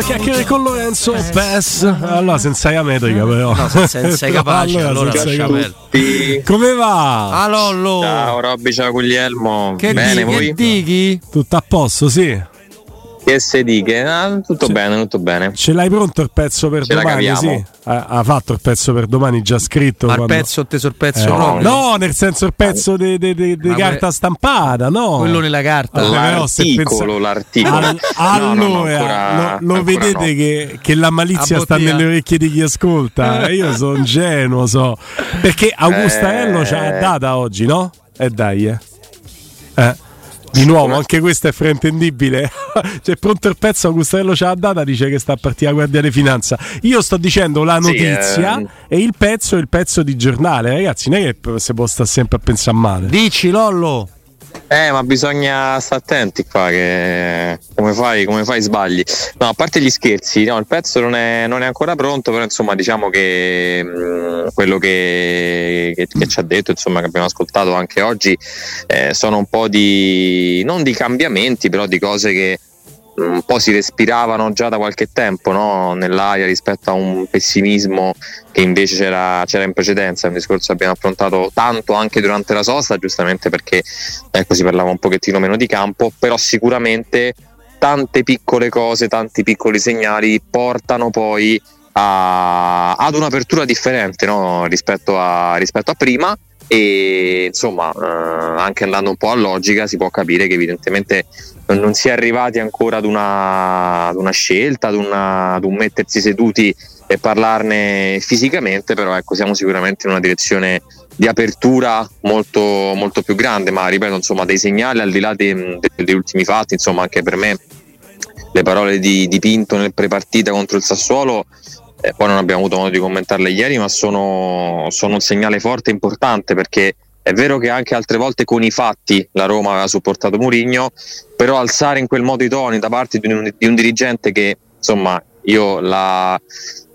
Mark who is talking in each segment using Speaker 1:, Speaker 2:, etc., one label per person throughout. Speaker 1: chiacchiere con Lorenzo. Pes. Allora, senza la metrica, però.
Speaker 2: No, senza, senza i capaci,
Speaker 1: Allora,
Speaker 2: allora
Speaker 1: senza i
Speaker 2: lascia
Speaker 1: capaci.
Speaker 2: perdere. Ah.
Speaker 1: Come va?
Speaker 2: Alollo!
Speaker 1: Oh.
Speaker 3: Ciao Robby, ciao Guglielmo.
Speaker 2: Che dici? Che
Speaker 3: bene, voi?
Speaker 2: dichi?
Speaker 1: Tutto a posto, sì.
Speaker 3: Che se diche? Ah, tutto bene, tutto bene.
Speaker 1: Ce l'hai pronto il pezzo per
Speaker 3: Ce la
Speaker 1: domani?
Speaker 3: caviamo.
Speaker 1: Sì. Ha, ha fatto il pezzo per domani già scritto.
Speaker 2: Al
Speaker 1: quando-
Speaker 2: pezzo o te sorpezzo?
Speaker 1: Eh,
Speaker 2: No,
Speaker 1: no, nel senso il pezzo di, di- di- di
Speaker 2: Ma que-
Speaker 1: carta stampata, no.
Speaker 2: quello nella carta.
Speaker 1: Allora, però se
Speaker 3: L'articolo, l'articolo.
Speaker 1: Al-
Speaker 3: No, no, no,
Speaker 1: allora,
Speaker 3: ancora-
Speaker 1: lo, lo
Speaker 3: ancora
Speaker 1: vedete
Speaker 3: no.
Speaker 1: che, che la malizia
Speaker 2: A
Speaker 1: sta
Speaker 2: bottiglia.
Speaker 1: nelle orecchie di chi ascolta. Eh, Io sono ingenuo, so. Perché Augustaello
Speaker 3: Eh.
Speaker 1: ce l'ha data oggi, no? E dai, eh. Eh, Di nuovo, anche questo è fraintendibile. C'è pronto il pezzo, Augustaello ce l'ha data, dice che sta a partire la Guardia di Finanza. Io sto dicendo la
Speaker 3: Sì,
Speaker 1: notizia
Speaker 3: ehm.
Speaker 1: e il pezzo è il pezzo di giornale. Ragazzi, non è che p- si può stare sempre a pensare male.
Speaker 2: Dici, Lollo!
Speaker 3: Eh, ma bisogna stare attenti qua che come fai, come fai sbagli. No, a parte gli scherzi, no, il pezzo non è, non è ancora pronto, però insomma diciamo che mh, quello che, che- che ci ha detto, insomma che abbiamo ascoltato anche oggi, eh, sono un po' di, non di cambiamenti, però di cose che mh, un po' si respiravano già da qualche tempo no? nell'aria rispetto a un pessimismo che invece c'era, c'era in precedenza, è un discorso che abbiamo affrontato tanto anche durante la sosta, giustamente perché ecco, si parlava un pochettino meno di campo, però sicuramente tante piccole cose, tanti piccoli segnali portano poi a- ad un'apertura differente no? rispetto, a, rispetto a prima e insomma eh, anche andando un po' a logica si può capire che evidentemente non non si è arrivati ancora ad una, ad una scelta, ad, una- ad un mettersi seduti e parlarne fisicamente, però ecco, siamo sicuramente in una direzione di apertura molto, molto più grande, ma ripeto, insomma, dei segnali al di là dei- de- degli ultimi fatti, insomma, anche per me le parole di, di Pinto nel prepartita contro il Sassuolo, eh, poi non abbiamo avuto modo di commentarle ieri, ma sono, sono un segnale forte e importante perché è vero che anche altre volte con i fatti la Roma aveva supportato Murigno, però alzare in quel modo i toni da parte di un, di un dirigente che, insomma, io la,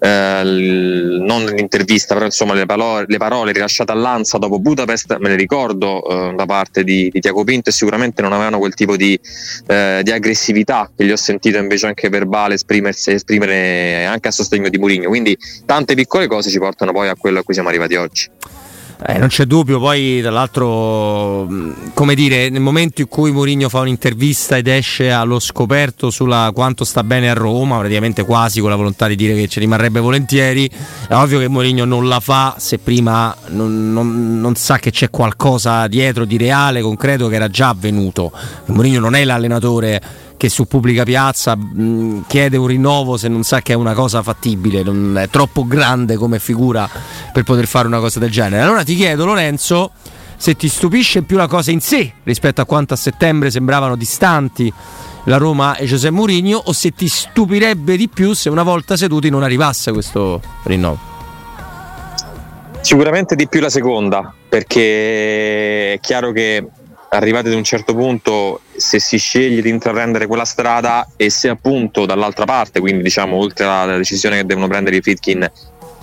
Speaker 3: eh, l- non l'intervista, però insomma le parole, le parole rilasciate all'Ansa dopo Budapest, me le ricordo eh, da parte di, di Tiago Pinto e sicuramente non avevano quel tipo di, eh, di aggressività che gli ho sentito invece anche verbale esprimersi, esprimere anche a sostegno di Mourinho. Quindi tante piccole cose ci portano poi a quello a cui siamo arrivati oggi.
Speaker 2: Eh, non c'è dubbio, poi tra l'altro, mh, come dire, nel momento in cui Mourinho fa un'intervista ed esce allo scoperto sulla quanto sta bene a Roma, praticamente quasi con la volontà di dire che ci rimarrebbe volentieri, è ovvio che Mourinho non la fa se prima non, non- non sa che c'è qualcosa dietro di reale, concreto, che era già avvenuto. Mourinho non è l'allenatore che su pubblica piazza mh, chiede un rinnovo se non sa che è una cosa fattibile, non è troppo grande come figura per poter fare una cosa del genere. Allora ti chiedo Lorenzo se ti stupisce più la cosa in sé rispetto a quanto a settembre sembravano distanti la Roma e Giuseppe Mourinho o se ti stupirebbe di più se una volta seduti non arrivasse questo rinnovo.
Speaker 3: Sicuramente di più la seconda, perché è chiaro che arrivati ad un certo punto, se si sceglie di intraprendere quella strada e se appunto dall'altra parte, quindi diciamo oltre alla decisione che devono prendere i Fitkin,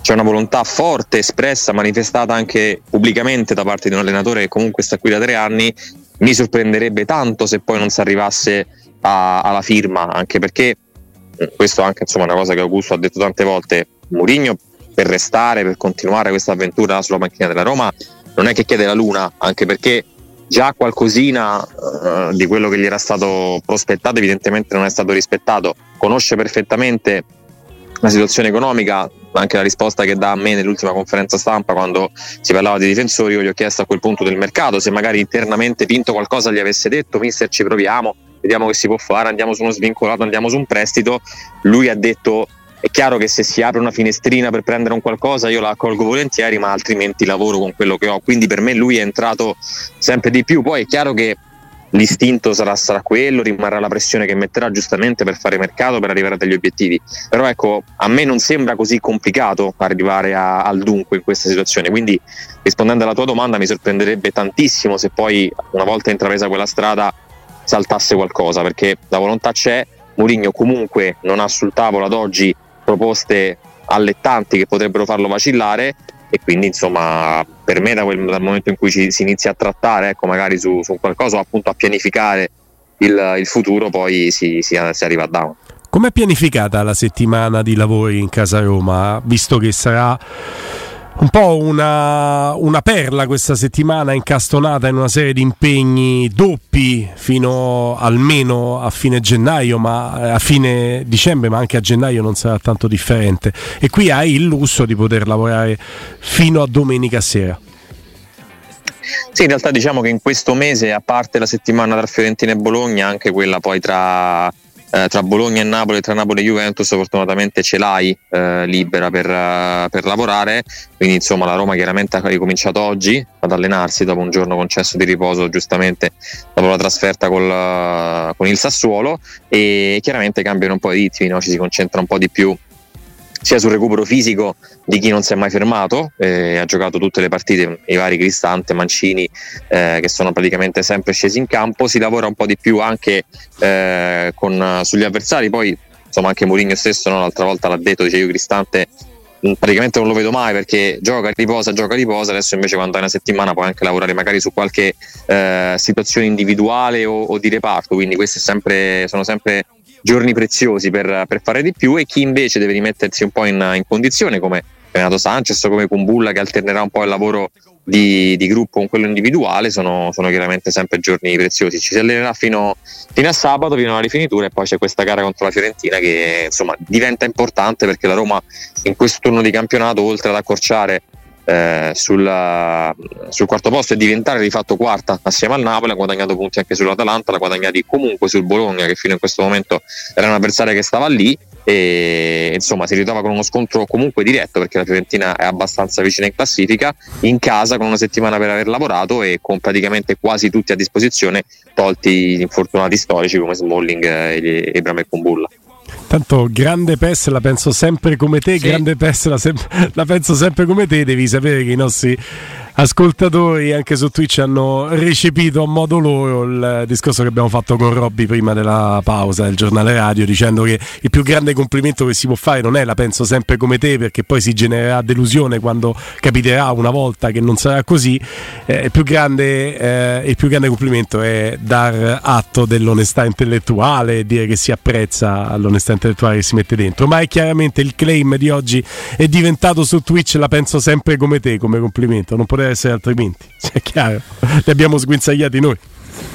Speaker 3: c'è una volontà forte, espressa, manifestata anche pubblicamente da parte di un allenatore che comunque sta qui da tre anni, mi sorprenderebbe tanto se poi non si arrivasse a- alla firma, anche perché eh, questo è anche insomma, una cosa che Augusto ha detto tante volte, Mourinho per restare, per continuare questa avventura sulla panchina della Roma, non è che chiede la luna, anche perché già qualcosina eh, di quello che gli era stato prospettato evidentemente non è stato rispettato, conosce perfettamente la situazione economica, anche la risposta che dà a me nell'ultima conferenza stampa quando si parlava di difensori, io gli ho chiesto a quel punto del mercato se magari internamente Pinto qualcosa gli avesse detto, mister ci proviamo, vediamo che si può fare, andiamo su uno svincolato, andiamo su un prestito, lui ha detto è chiaro che se si apre una finestrina per prendere un qualcosa io la accolgo volentieri, ma altrimenti lavoro con quello che ho. Quindi per me lui è entrato sempre di più. Poi è chiaro che l'istinto sarà, sarà quello, rimarrà la pressione che metterà giustamente per fare mercato, per arrivare a degli obiettivi. Però ecco, a me non sembra così complicato arrivare a- al dunque in questa situazione. Quindi rispondendo alla tua domanda mi sorprenderebbe tantissimo se poi una volta intrapresa quella strada saltasse qualcosa, perché la volontà c'è. Mourinho comunque non ha sul tavolo ad oggi proposte allettanti che potrebbero farlo vacillare e quindi insomma per me da quel- dal momento in cui ci, si inizia a trattare ecco, magari su, su qualcosa o appunto a pianificare il, il futuro poi si, si- si arriva a down
Speaker 1: Com'è pianificata la settimana di lavori in casa Roma, visto che sarà un po' una, una, perla questa settimana incastonata in una serie di impegni doppi fino almeno a fine gennaio, ma eh, a fine dicembre, ma anche a gennaio non sarà tanto differente. E qui hai il lusso di poter lavorare fino a domenica sera.
Speaker 3: Sì, in realtà diciamo che in questo mese, a parte la settimana tra Fiorentina e Bologna, anche quella poi tra eh, tra Bologna e Napoli, tra Napoli e Juventus, fortunatamente ce l'hai eh, libera per, uh, per, lavorare. Quindi, insomma, la Roma chiaramente ha ricominciato oggi ad allenarsi dopo un giorno concesso di riposo, giustamente dopo la trasferta col, uh, con il Sassuolo. E chiaramente cambiano un po' i ritmi, no? ci si concentra un po' di più sia sul recupero fisico di chi non si è mai fermato, eh, ha giocato tutte le partite, i vari Cristante, Mancini, eh, che sono praticamente sempre scesi in campo, si lavora un po' di più anche eh, con, sugli avversari, poi insomma anche Mourinho stesso no? l'altra volta l'ha detto, dice io Cristante mm, praticamente non lo vedo mai perché gioca, riposa, gioca, riposa, adesso invece quando hai una settimana puoi anche lavorare magari su qualche eh, situazione individuale o, o, di reparto, quindi questi sempre, sono sempre giorni preziosi per, per, fare di più e chi invece deve rimettersi un po' in, in condizione come Renato Sanchez o come Kumbulla che alternerà un po' il lavoro di, di gruppo con quello individuale sono, sono, chiaramente sempre giorni preziosi ci si allenerà fino, fino, a sabato fino alla rifinitura e poi c'è questa gara contro la Fiorentina che insomma diventa importante perché la Roma in questo turno di campionato oltre ad accorciare eh, sulla, sul quarto posto e diventare di fatto quarta assieme al Napoli, ha guadagnato punti anche sull'Atalanta, l'ha guadagnati comunque sul Bologna che fino in questo momento era un avversario che stava lì e insomma si ritrova con uno scontro comunque diretto perché la Fiorentina è abbastanza vicina in classifica, in casa con una settimana per aver lavorato e con praticamente quasi tutti a disposizione, tolti gli infortunati storici come Smalling e Ebram e Kumbulla.
Speaker 1: Tanto grande PES la penso sempre come te, sì. grande PES la, sem- la, penso sempre come te, devi sapere che i nostri ascoltatori anche su Twitch hanno recepito a modo loro il discorso che abbiamo fatto con Robby prima della pausa del giornale radio dicendo che il più grande complimento che si può fare non è la penso sempre come te perché poi si genererà delusione quando capiterà una volta che non sarà così eh, il, più grande, eh, il più grande complimento è dar atto dell'onestà intellettuale e dire che si apprezza all'onestà intellettuale che si mette dentro ma è chiaramente il claim di oggi è diventato su Twitch la penso sempre come te come complimento non poteva essere altrimenti, Cioè, è chiaro. Li abbiamo sguinzagliati noi.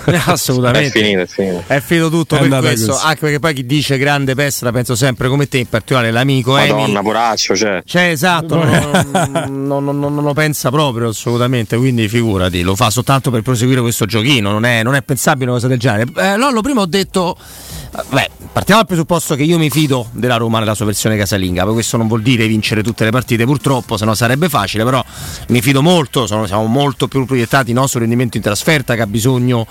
Speaker 2: Eh, Assolutamente.
Speaker 3: È finito, è finito.
Speaker 2: È finito tutto è per questo. Così. Anche perché poi chi dice grande pestra, penso sempre come te, in particolare l'amico
Speaker 3: Madonna, poraccio, cioè.
Speaker 2: cioè esatto, non, non, non, non, lo pensa proprio assolutamente, quindi figurati, lo fa soltanto per proseguire questo giochino, non è, è pensabile una cosa del genere. Eh, Lollo, prima ho detto... eh, Beh, partiamo dal presupposto che io mi fido della Roma nella sua versione casalinga, poi questo non vuol dire vincere tutte le partite, purtroppo, se no sarebbe facile, però mi fido molto, sono, siamo molto più proiettati no, sul rendimento in trasferta che ha bisogno,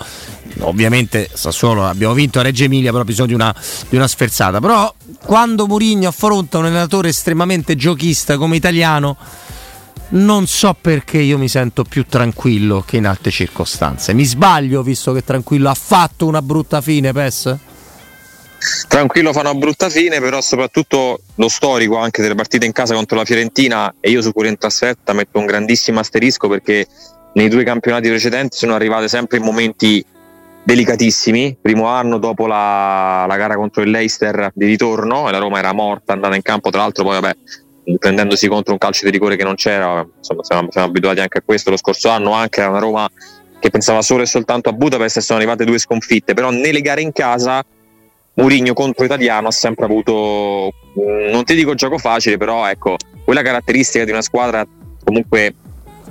Speaker 2: ovviamente Sassuolo abbiamo vinto a Reggio Emilia, però ha bisogno di una, di una sferzata. Però quando Mourinho affronta un allenatore estremamente giochista come italiano, non so perché io mi sento più tranquillo che in altre circostanze. Mi sbaglio visto che tranquillo ha fatto una brutta fine, PES?
Speaker 3: tranquillo fa una brutta fine però soprattutto lo storico anche delle partite in casa contro la Fiorentina e io su Curia in trasferta metto un grandissimo asterisco perché nei due campionati precedenti sono arrivate sempre in momenti delicatissimi primo anno dopo la, la gara contro il Leicester di ritorno e la Roma era morta andata in campo tra l'altro poi vabbè prendendosi contro un calcio di rigore che non c'era insomma siamo, siamo abituati anche a questo lo scorso anno anche era una Roma che pensava solo e soltanto a Budapest e sono arrivate due sconfitte però nelle gare in casa Murigno contro italiano ha sempre avuto, non ti dico gioco facile, però ecco, quella caratteristica di una squadra comunque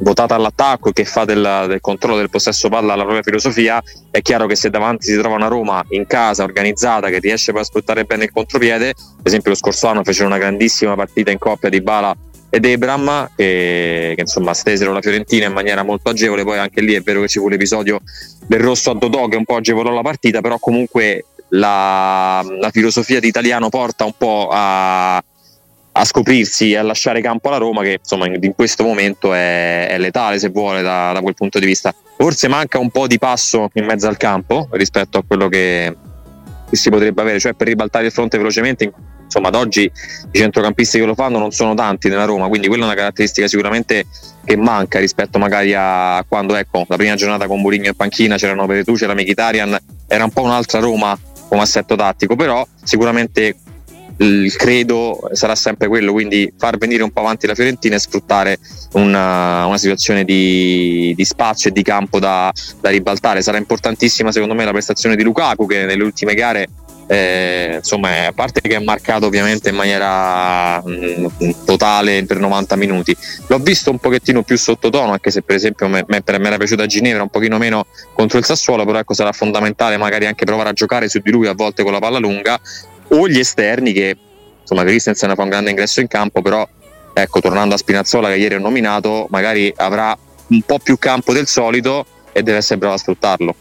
Speaker 3: votata all'attacco e che fa del, del, controllo del possesso palla la propria filosofia, è chiaro che se davanti si trova una Roma in casa organizzata che riesce a sfruttare bene il contropiede, per esempio lo scorso anno fecero una grandissima partita in coppia di Bala ed Ebram che, che, insomma stesero la Fiorentina in maniera molto agevole, poi anche lì è vero che ci fu l'episodio del rosso a Dodò che un po' agevolò la partita, però comunque la, la, filosofia di Italiano porta un po' a, a, scoprirsi e a lasciare campo alla Roma che insomma in, in questo momento è, è, letale se vuole da, da, quel punto di vista forse manca un po' di passo in mezzo al campo rispetto a quello che, che si potrebbe avere cioè per ribaltare il fronte velocemente insomma ad oggi i centrocampisti che lo fanno non sono tanti nella Roma quindi quella è una caratteristica sicuramente che manca rispetto magari a quando ecco la prima giornata con Mourinho e Panchina c'erano Peretù, c'era Mkhitaryan era un po' un'altra Roma come assetto tattico, però sicuramente il credo sarà sempre quello, quindi far venire un po' avanti la Fiorentina e sfruttare una, una situazione di, di, spazio e di campo da, da ribaltare. Sarà importantissima secondo me la prestazione di Lukaku che nelle ultime gare eh, insomma, a parte che è marcato ovviamente in maniera mh, totale per 90 minuti, l'ho visto un pochettino più sottotono, anche se per esempio me, me, me era piaciuta a Ginevra un pochino meno contro il Sassuolo, però ecco sarà fondamentale magari anche provare a giocare su di lui a volte con la palla lunga o gli esterni che insomma Christensen fa un grande ingresso in campo, però ecco tornando a Spinazzola che ieri ho nominato, magari avrà un po' più campo del solito e deve essere bravo a sfruttarlo.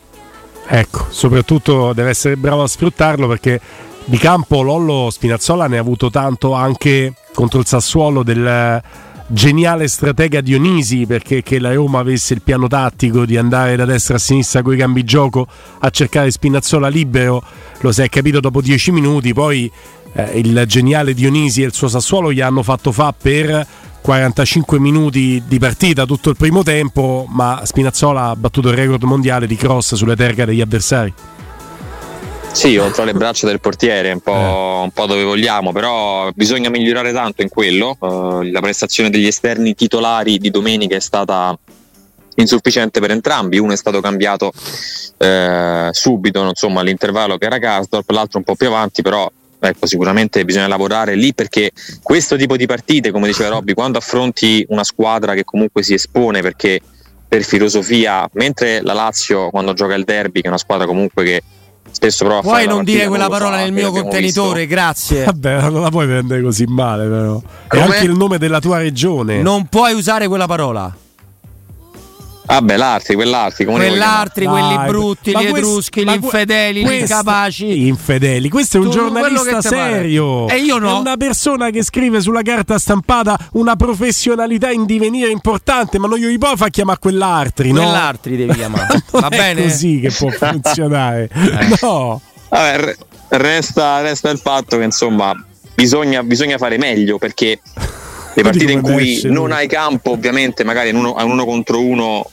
Speaker 1: Ecco, soprattutto deve essere bravo a sfruttarlo perché di campo Lollo Spinazzola ne ha avuto tanto anche contro il Sassuolo del geniale stratega Dionisi perché che la Roma avesse il piano tattico di andare da destra a sinistra con i cambi gioco a cercare Spinazzola libero lo si è capito dopo dieci minuti poi eh, il geniale Dionisi e il suo Sassuolo gli hanno fatto fa per 45 minuti di partita tutto il primo tempo, ma Spinazzola ha battuto il record mondiale di cross sulle terga degli avversari.
Speaker 3: Sì, oltre alle braccia del portiere, un po', eh. un po', dove vogliamo, però bisogna migliorare tanto in quello. Uh, la prestazione degli esterni titolari di domenica è stata insufficiente per entrambi, uno è stato cambiato eh, subito, insomma, all'intervallo che era Karsdorp, l'altro un po' più avanti, però Ecco, sicuramente bisogna lavorare lì perché questo tipo di partite, come diceva Robby, quando affronti una squadra che comunque si espone perché per filosofia, mentre la Lazio quando gioca il derby, che è una squadra comunque che spesso prova
Speaker 2: puoi
Speaker 3: a fare
Speaker 2: non
Speaker 3: partita,
Speaker 2: dire quella parola fa, nel mio contenitore, visto. grazie.
Speaker 1: Eh. Vabbè, non la puoi prendere così male però. È anche il nome della tua regione.
Speaker 2: Non puoi usare quella parola.
Speaker 3: Vabbè, ah l'altri, quell'altri, come
Speaker 2: quell'altri, quelli Dai, brutti, gli etruschi, gli infedeli, gli incapaci.
Speaker 1: Gli infedeli, questo è un tu, giornalista serio.
Speaker 2: Pare. E io no.
Speaker 1: È una persona che scrive sulla carta stampata una professionalità in divenire importante, ma non io gli può far chiamare quell'altri, no?
Speaker 2: Quell'altri devi chiamare.
Speaker 1: Va bene. Ecco. È così che può funzionare. no.
Speaker 3: Vabbè, resta, resta, il fatto che insomma bisogna, bisogna fare meglio per'ché le partite in cui non hai campo, ovviamente, magari uno, a uno contro uno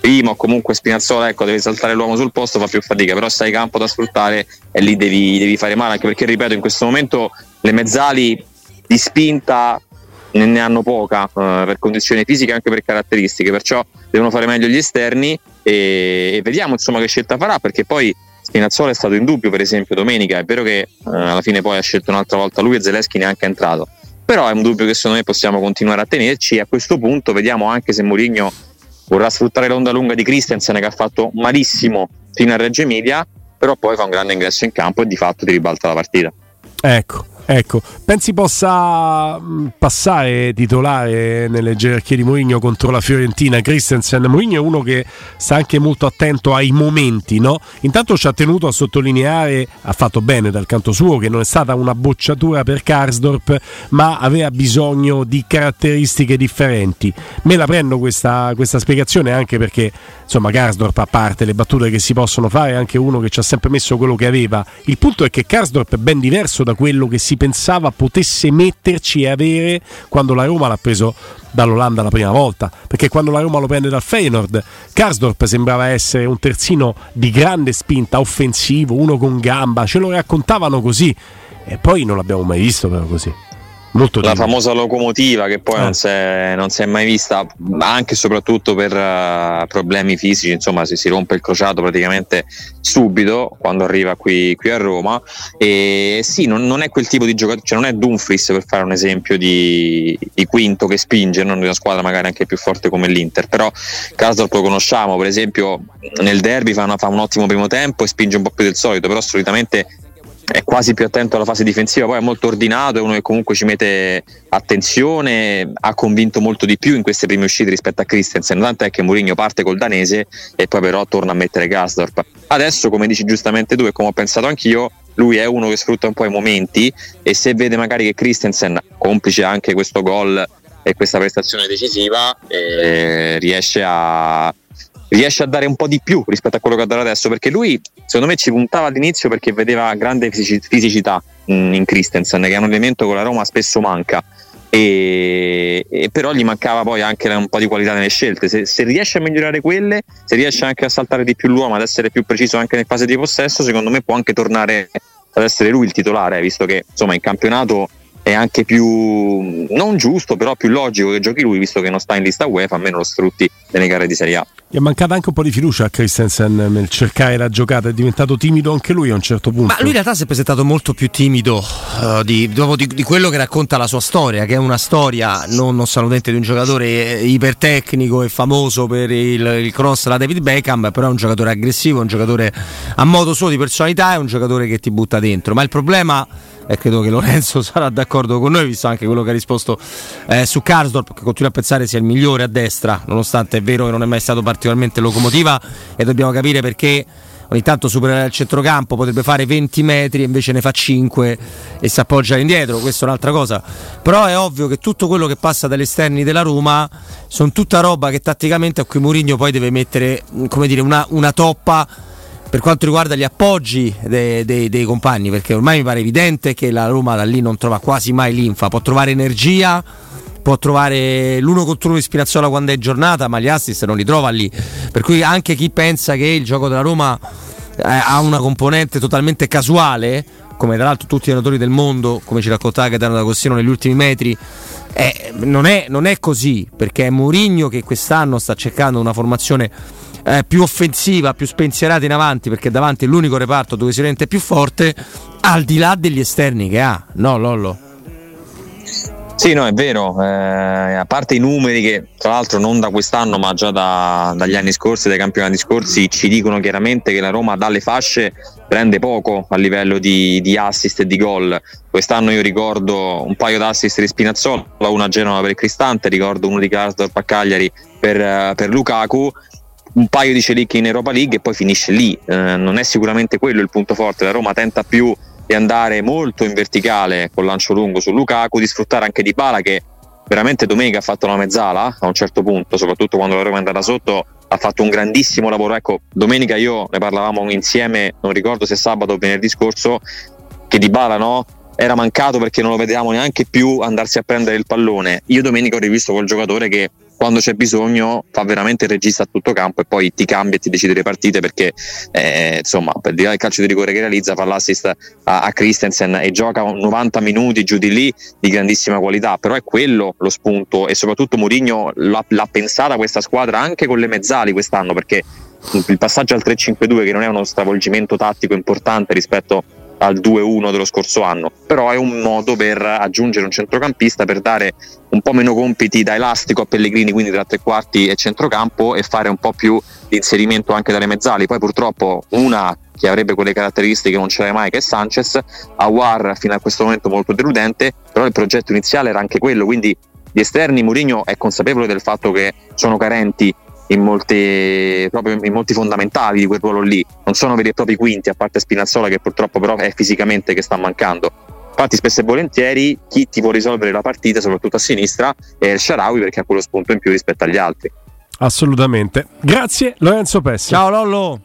Speaker 3: prima o comunque Spinazzola ecco devi saltare l'uomo sul posto fa più fatica però se hai campo da sfruttare e lì devi, devi, fare male anche perché ripeto in questo momento le mezzali di spinta ne, ne hanno poca eh, per condizioni fisiche anche per caratteristiche perciò devono fare meglio gli esterni e, e, vediamo insomma che scelta farà perché poi Spinazzola è stato in dubbio per esempio domenica è vero che eh, alla fine poi ha scelto un'altra volta lui e Zeleschi neanche è entrato però è un dubbio che secondo me possiamo continuare a tenerci e a questo punto vediamo anche se Mourinho vorrà sfruttare l'onda lunga di Christensen che ha fatto malissimo fino a Reggio Emilia, però poi fa un grande ingresso in campo e di fatto ti ribalta la partita.
Speaker 1: Ecco, ecco. Pensi possa mm, passare titolare nelle gerarchie di Mourinho contro la Fiorentina? Christensen, Mourinho è uno che sta anche molto attento ai momenti, no? Intanto ci ha tenuto a sottolineare, ha fatto bene dal canto suo, che non è stata una bocciatura per Karsdorp, ma aveva bisogno di caratteristiche differenti. Me la prendo questa, questa spiegazione anche perché, insomma, Karsdorp, a parte le battute che si possono fare, è anche uno che ci ha sempre messo quello che aveva. Il punto è che Karsdorp è ben diverso da quello che si pensava potesse metterci e avere quando la Roma l'ha preso dall'Olanda la prima volta, perché quando la Roma lo prende dal Feyenoord, Karsdorp sembrava essere un terzino di grande spinta, offensivo, uno con gamba, ce lo raccontavano così e poi non l'abbiamo mai visto però così. Molto
Speaker 3: la famosa locomotiva che poi eh. non, si è, non, si è, mai vista anche e soprattutto per uh, problemi fisici insomma si, si rompe il crociato praticamente subito quando arriva qui, qui a Roma e sì non, non, è quel tipo di giocatore cioè non è Dumfries per fare un esempio di, di quinto che spinge non di una squadra magari anche più forte come l'Inter però Casdorp lo conosciamo per esempio nel derby fa, una, fa un ottimo primo tempo e spinge un po' più del solito però solitamente è quasi più attento alla fase difensiva, poi è molto ordinato, è uno che comunque ci mette attenzione, ha convinto molto di più in queste prime uscite rispetto a Christensen, tant'è che Mourinho parte col danese e poi però torna a mettere Gasdorp. Adesso, come dici giustamente tu e come ho pensato anch'io, lui è uno che sfrutta un po' i momenti e se vede magari che Christensen, complice anche questo gol e questa prestazione decisiva, eh, riesce a riesce a dare un po' di più rispetto a quello che ha dato adesso perché lui secondo me ci puntava all'inizio perché vedeva grande fisicità mm, in Christensen che è un elemento che la Roma spesso manca e, e però gli mancava poi anche un po' di qualità nelle scelte se, se, riesce a migliorare quelle se riesce anche a saltare di più l'uomo ad essere più preciso anche nel fase di possesso secondo me può anche tornare ad essere lui il titolare, eh, visto che insomma in campionato è anche più non giusto, però più logico che giochi lui, visto che non sta in lista UEFA, almeno lo sfrutti nelle gare di Serie A.
Speaker 1: Gli è mancata anche un po' di fiducia a Christensen nel cercare la giocata, è diventato timido anche lui a un certo punto.
Speaker 2: Ma lui in realtà si è presentato molto più timido uh, di, di, di, quello che racconta la sua storia, che è una storia non, non salutente di un giocatore eh, ipertecnico e famoso per il, il cross da David Beckham, però è un giocatore aggressivo, è un giocatore a modo suo di personalità, è un giocatore che ti butta dentro. Ma il problema e credo che Lorenzo sarà d'accordo con noi, visto anche quello che ha risposto eh, su Karsdorp, che continua a pensare sia il migliore a destra, nonostante è vero che non è mai stato particolarmente locomotiva e dobbiamo capire perché ogni tanto supera il centrocampo, potrebbe fare 20 metri e invece ne fa 5 e si appoggia indietro, questa è un'altra cosa. Però è ovvio che tutto quello che passa dagli esterni della Roma sono tutta roba che tatticamente a cui Mourinho poi deve mettere dire, una, una toppa per quanto riguarda gli appoggi dei, dei, dei, compagni, perché ormai mi pare evidente che la Roma da lì non trova quasi mai linfa, può trovare energia, può trovare l'uno contro uno di Spinazzola quando è giornata, ma gli assist non li trova lì. Per cui anche chi pensa che il gioco della Roma eh, ha una componente totalmente casuale, come tra l'altro tutti i allenatori del mondo, come ci raccontava Gaetano D'Agostino negli ultimi metri, eh, non, è, non, è, così, perché è Mourinho che quest'anno sta cercando una formazione eh, più offensiva, più spensierata in avanti, perché davanti è l'unico reparto dove si rende più forte, al di là degli esterni che ha, no Lollo?
Speaker 3: Sì, no, è vero, eh, a parte i numeri che tra l'altro non da quest'anno ma già da, dagli anni scorsi, dai campionati scorsi, ci dicono chiaramente che la Roma dalle fasce prende poco a livello di, di assist e di gol. Quest'anno io ricordo un paio d'assist di Spinazzola, una a Genova per Cristante, ricordo uno di Karsdorp a Cagliari per, per Lukaku, un paio di celicchi in Europa League e poi finisce lì. Eh, non è sicuramente quello il punto forte. La Roma tenta più di andare molto in verticale col lancio lungo su Lukaku, di sfruttare anche Di Bala che veramente domenica ha fatto una mezzala a un certo punto, soprattutto quando la Roma è andata sotto, ha fatto un grandissimo lavoro. Ecco, domenica io ne parlavamo insieme, non ricordo se sabato o venerdì scorso, che Di Bala no? era mancato perché non lo vedevamo neanche più andarsi a prendere il pallone. Io domenica ho rivisto quel giocatore che quando c'è bisogno fa veramente il regista a tutto campo e poi ti cambia e ti decide le partite perché eh, insomma per di là il calcio di rigore che realizza fa l'assist a, a, Christensen e gioca 90 minuti giù di lì di grandissima qualità però è quello lo spunto e soprattutto Mourinho l'ha, l'ha pensata questa squadra anche con le mezzali quest'anno perché il passaggio al 3-5-2 che non è uno stravolgimento tattico importante rispetto al 2-1 dello scorso anno, però è un modo per aggiungere un centrocampista, per dare un po' meno compiti da elastico a Pellegrini, quindi tra tre quarti e centrocampo e fare un po' più di inserimento anche dalle mezzali. Poi purtroppo una che avrebbe quelle caratteristiche non ce l'hai mai, che è Sanchez, Awar fino a questo momento molto deludente, però il progetto iniziale era anche quello, quindi gli esterni Mourinho è consapevole del fatto che sono carenti in molti, proprio in molti fondamentali di quel ruolo lì. Non sono veri e propri quinti, a parte Spinazzola che purtroppo però è fisicamente che sta mancando. Infatti spesso e volentieri chi ti può risolvere la partita, soprattutto a sinistra, è il Sharawi perché ha quello spunto in più rispetto agli altri.
Speaker 1: Assolutamente. Grazie Lorenzo Pessi.
Speaker 2: Ciao Lollo.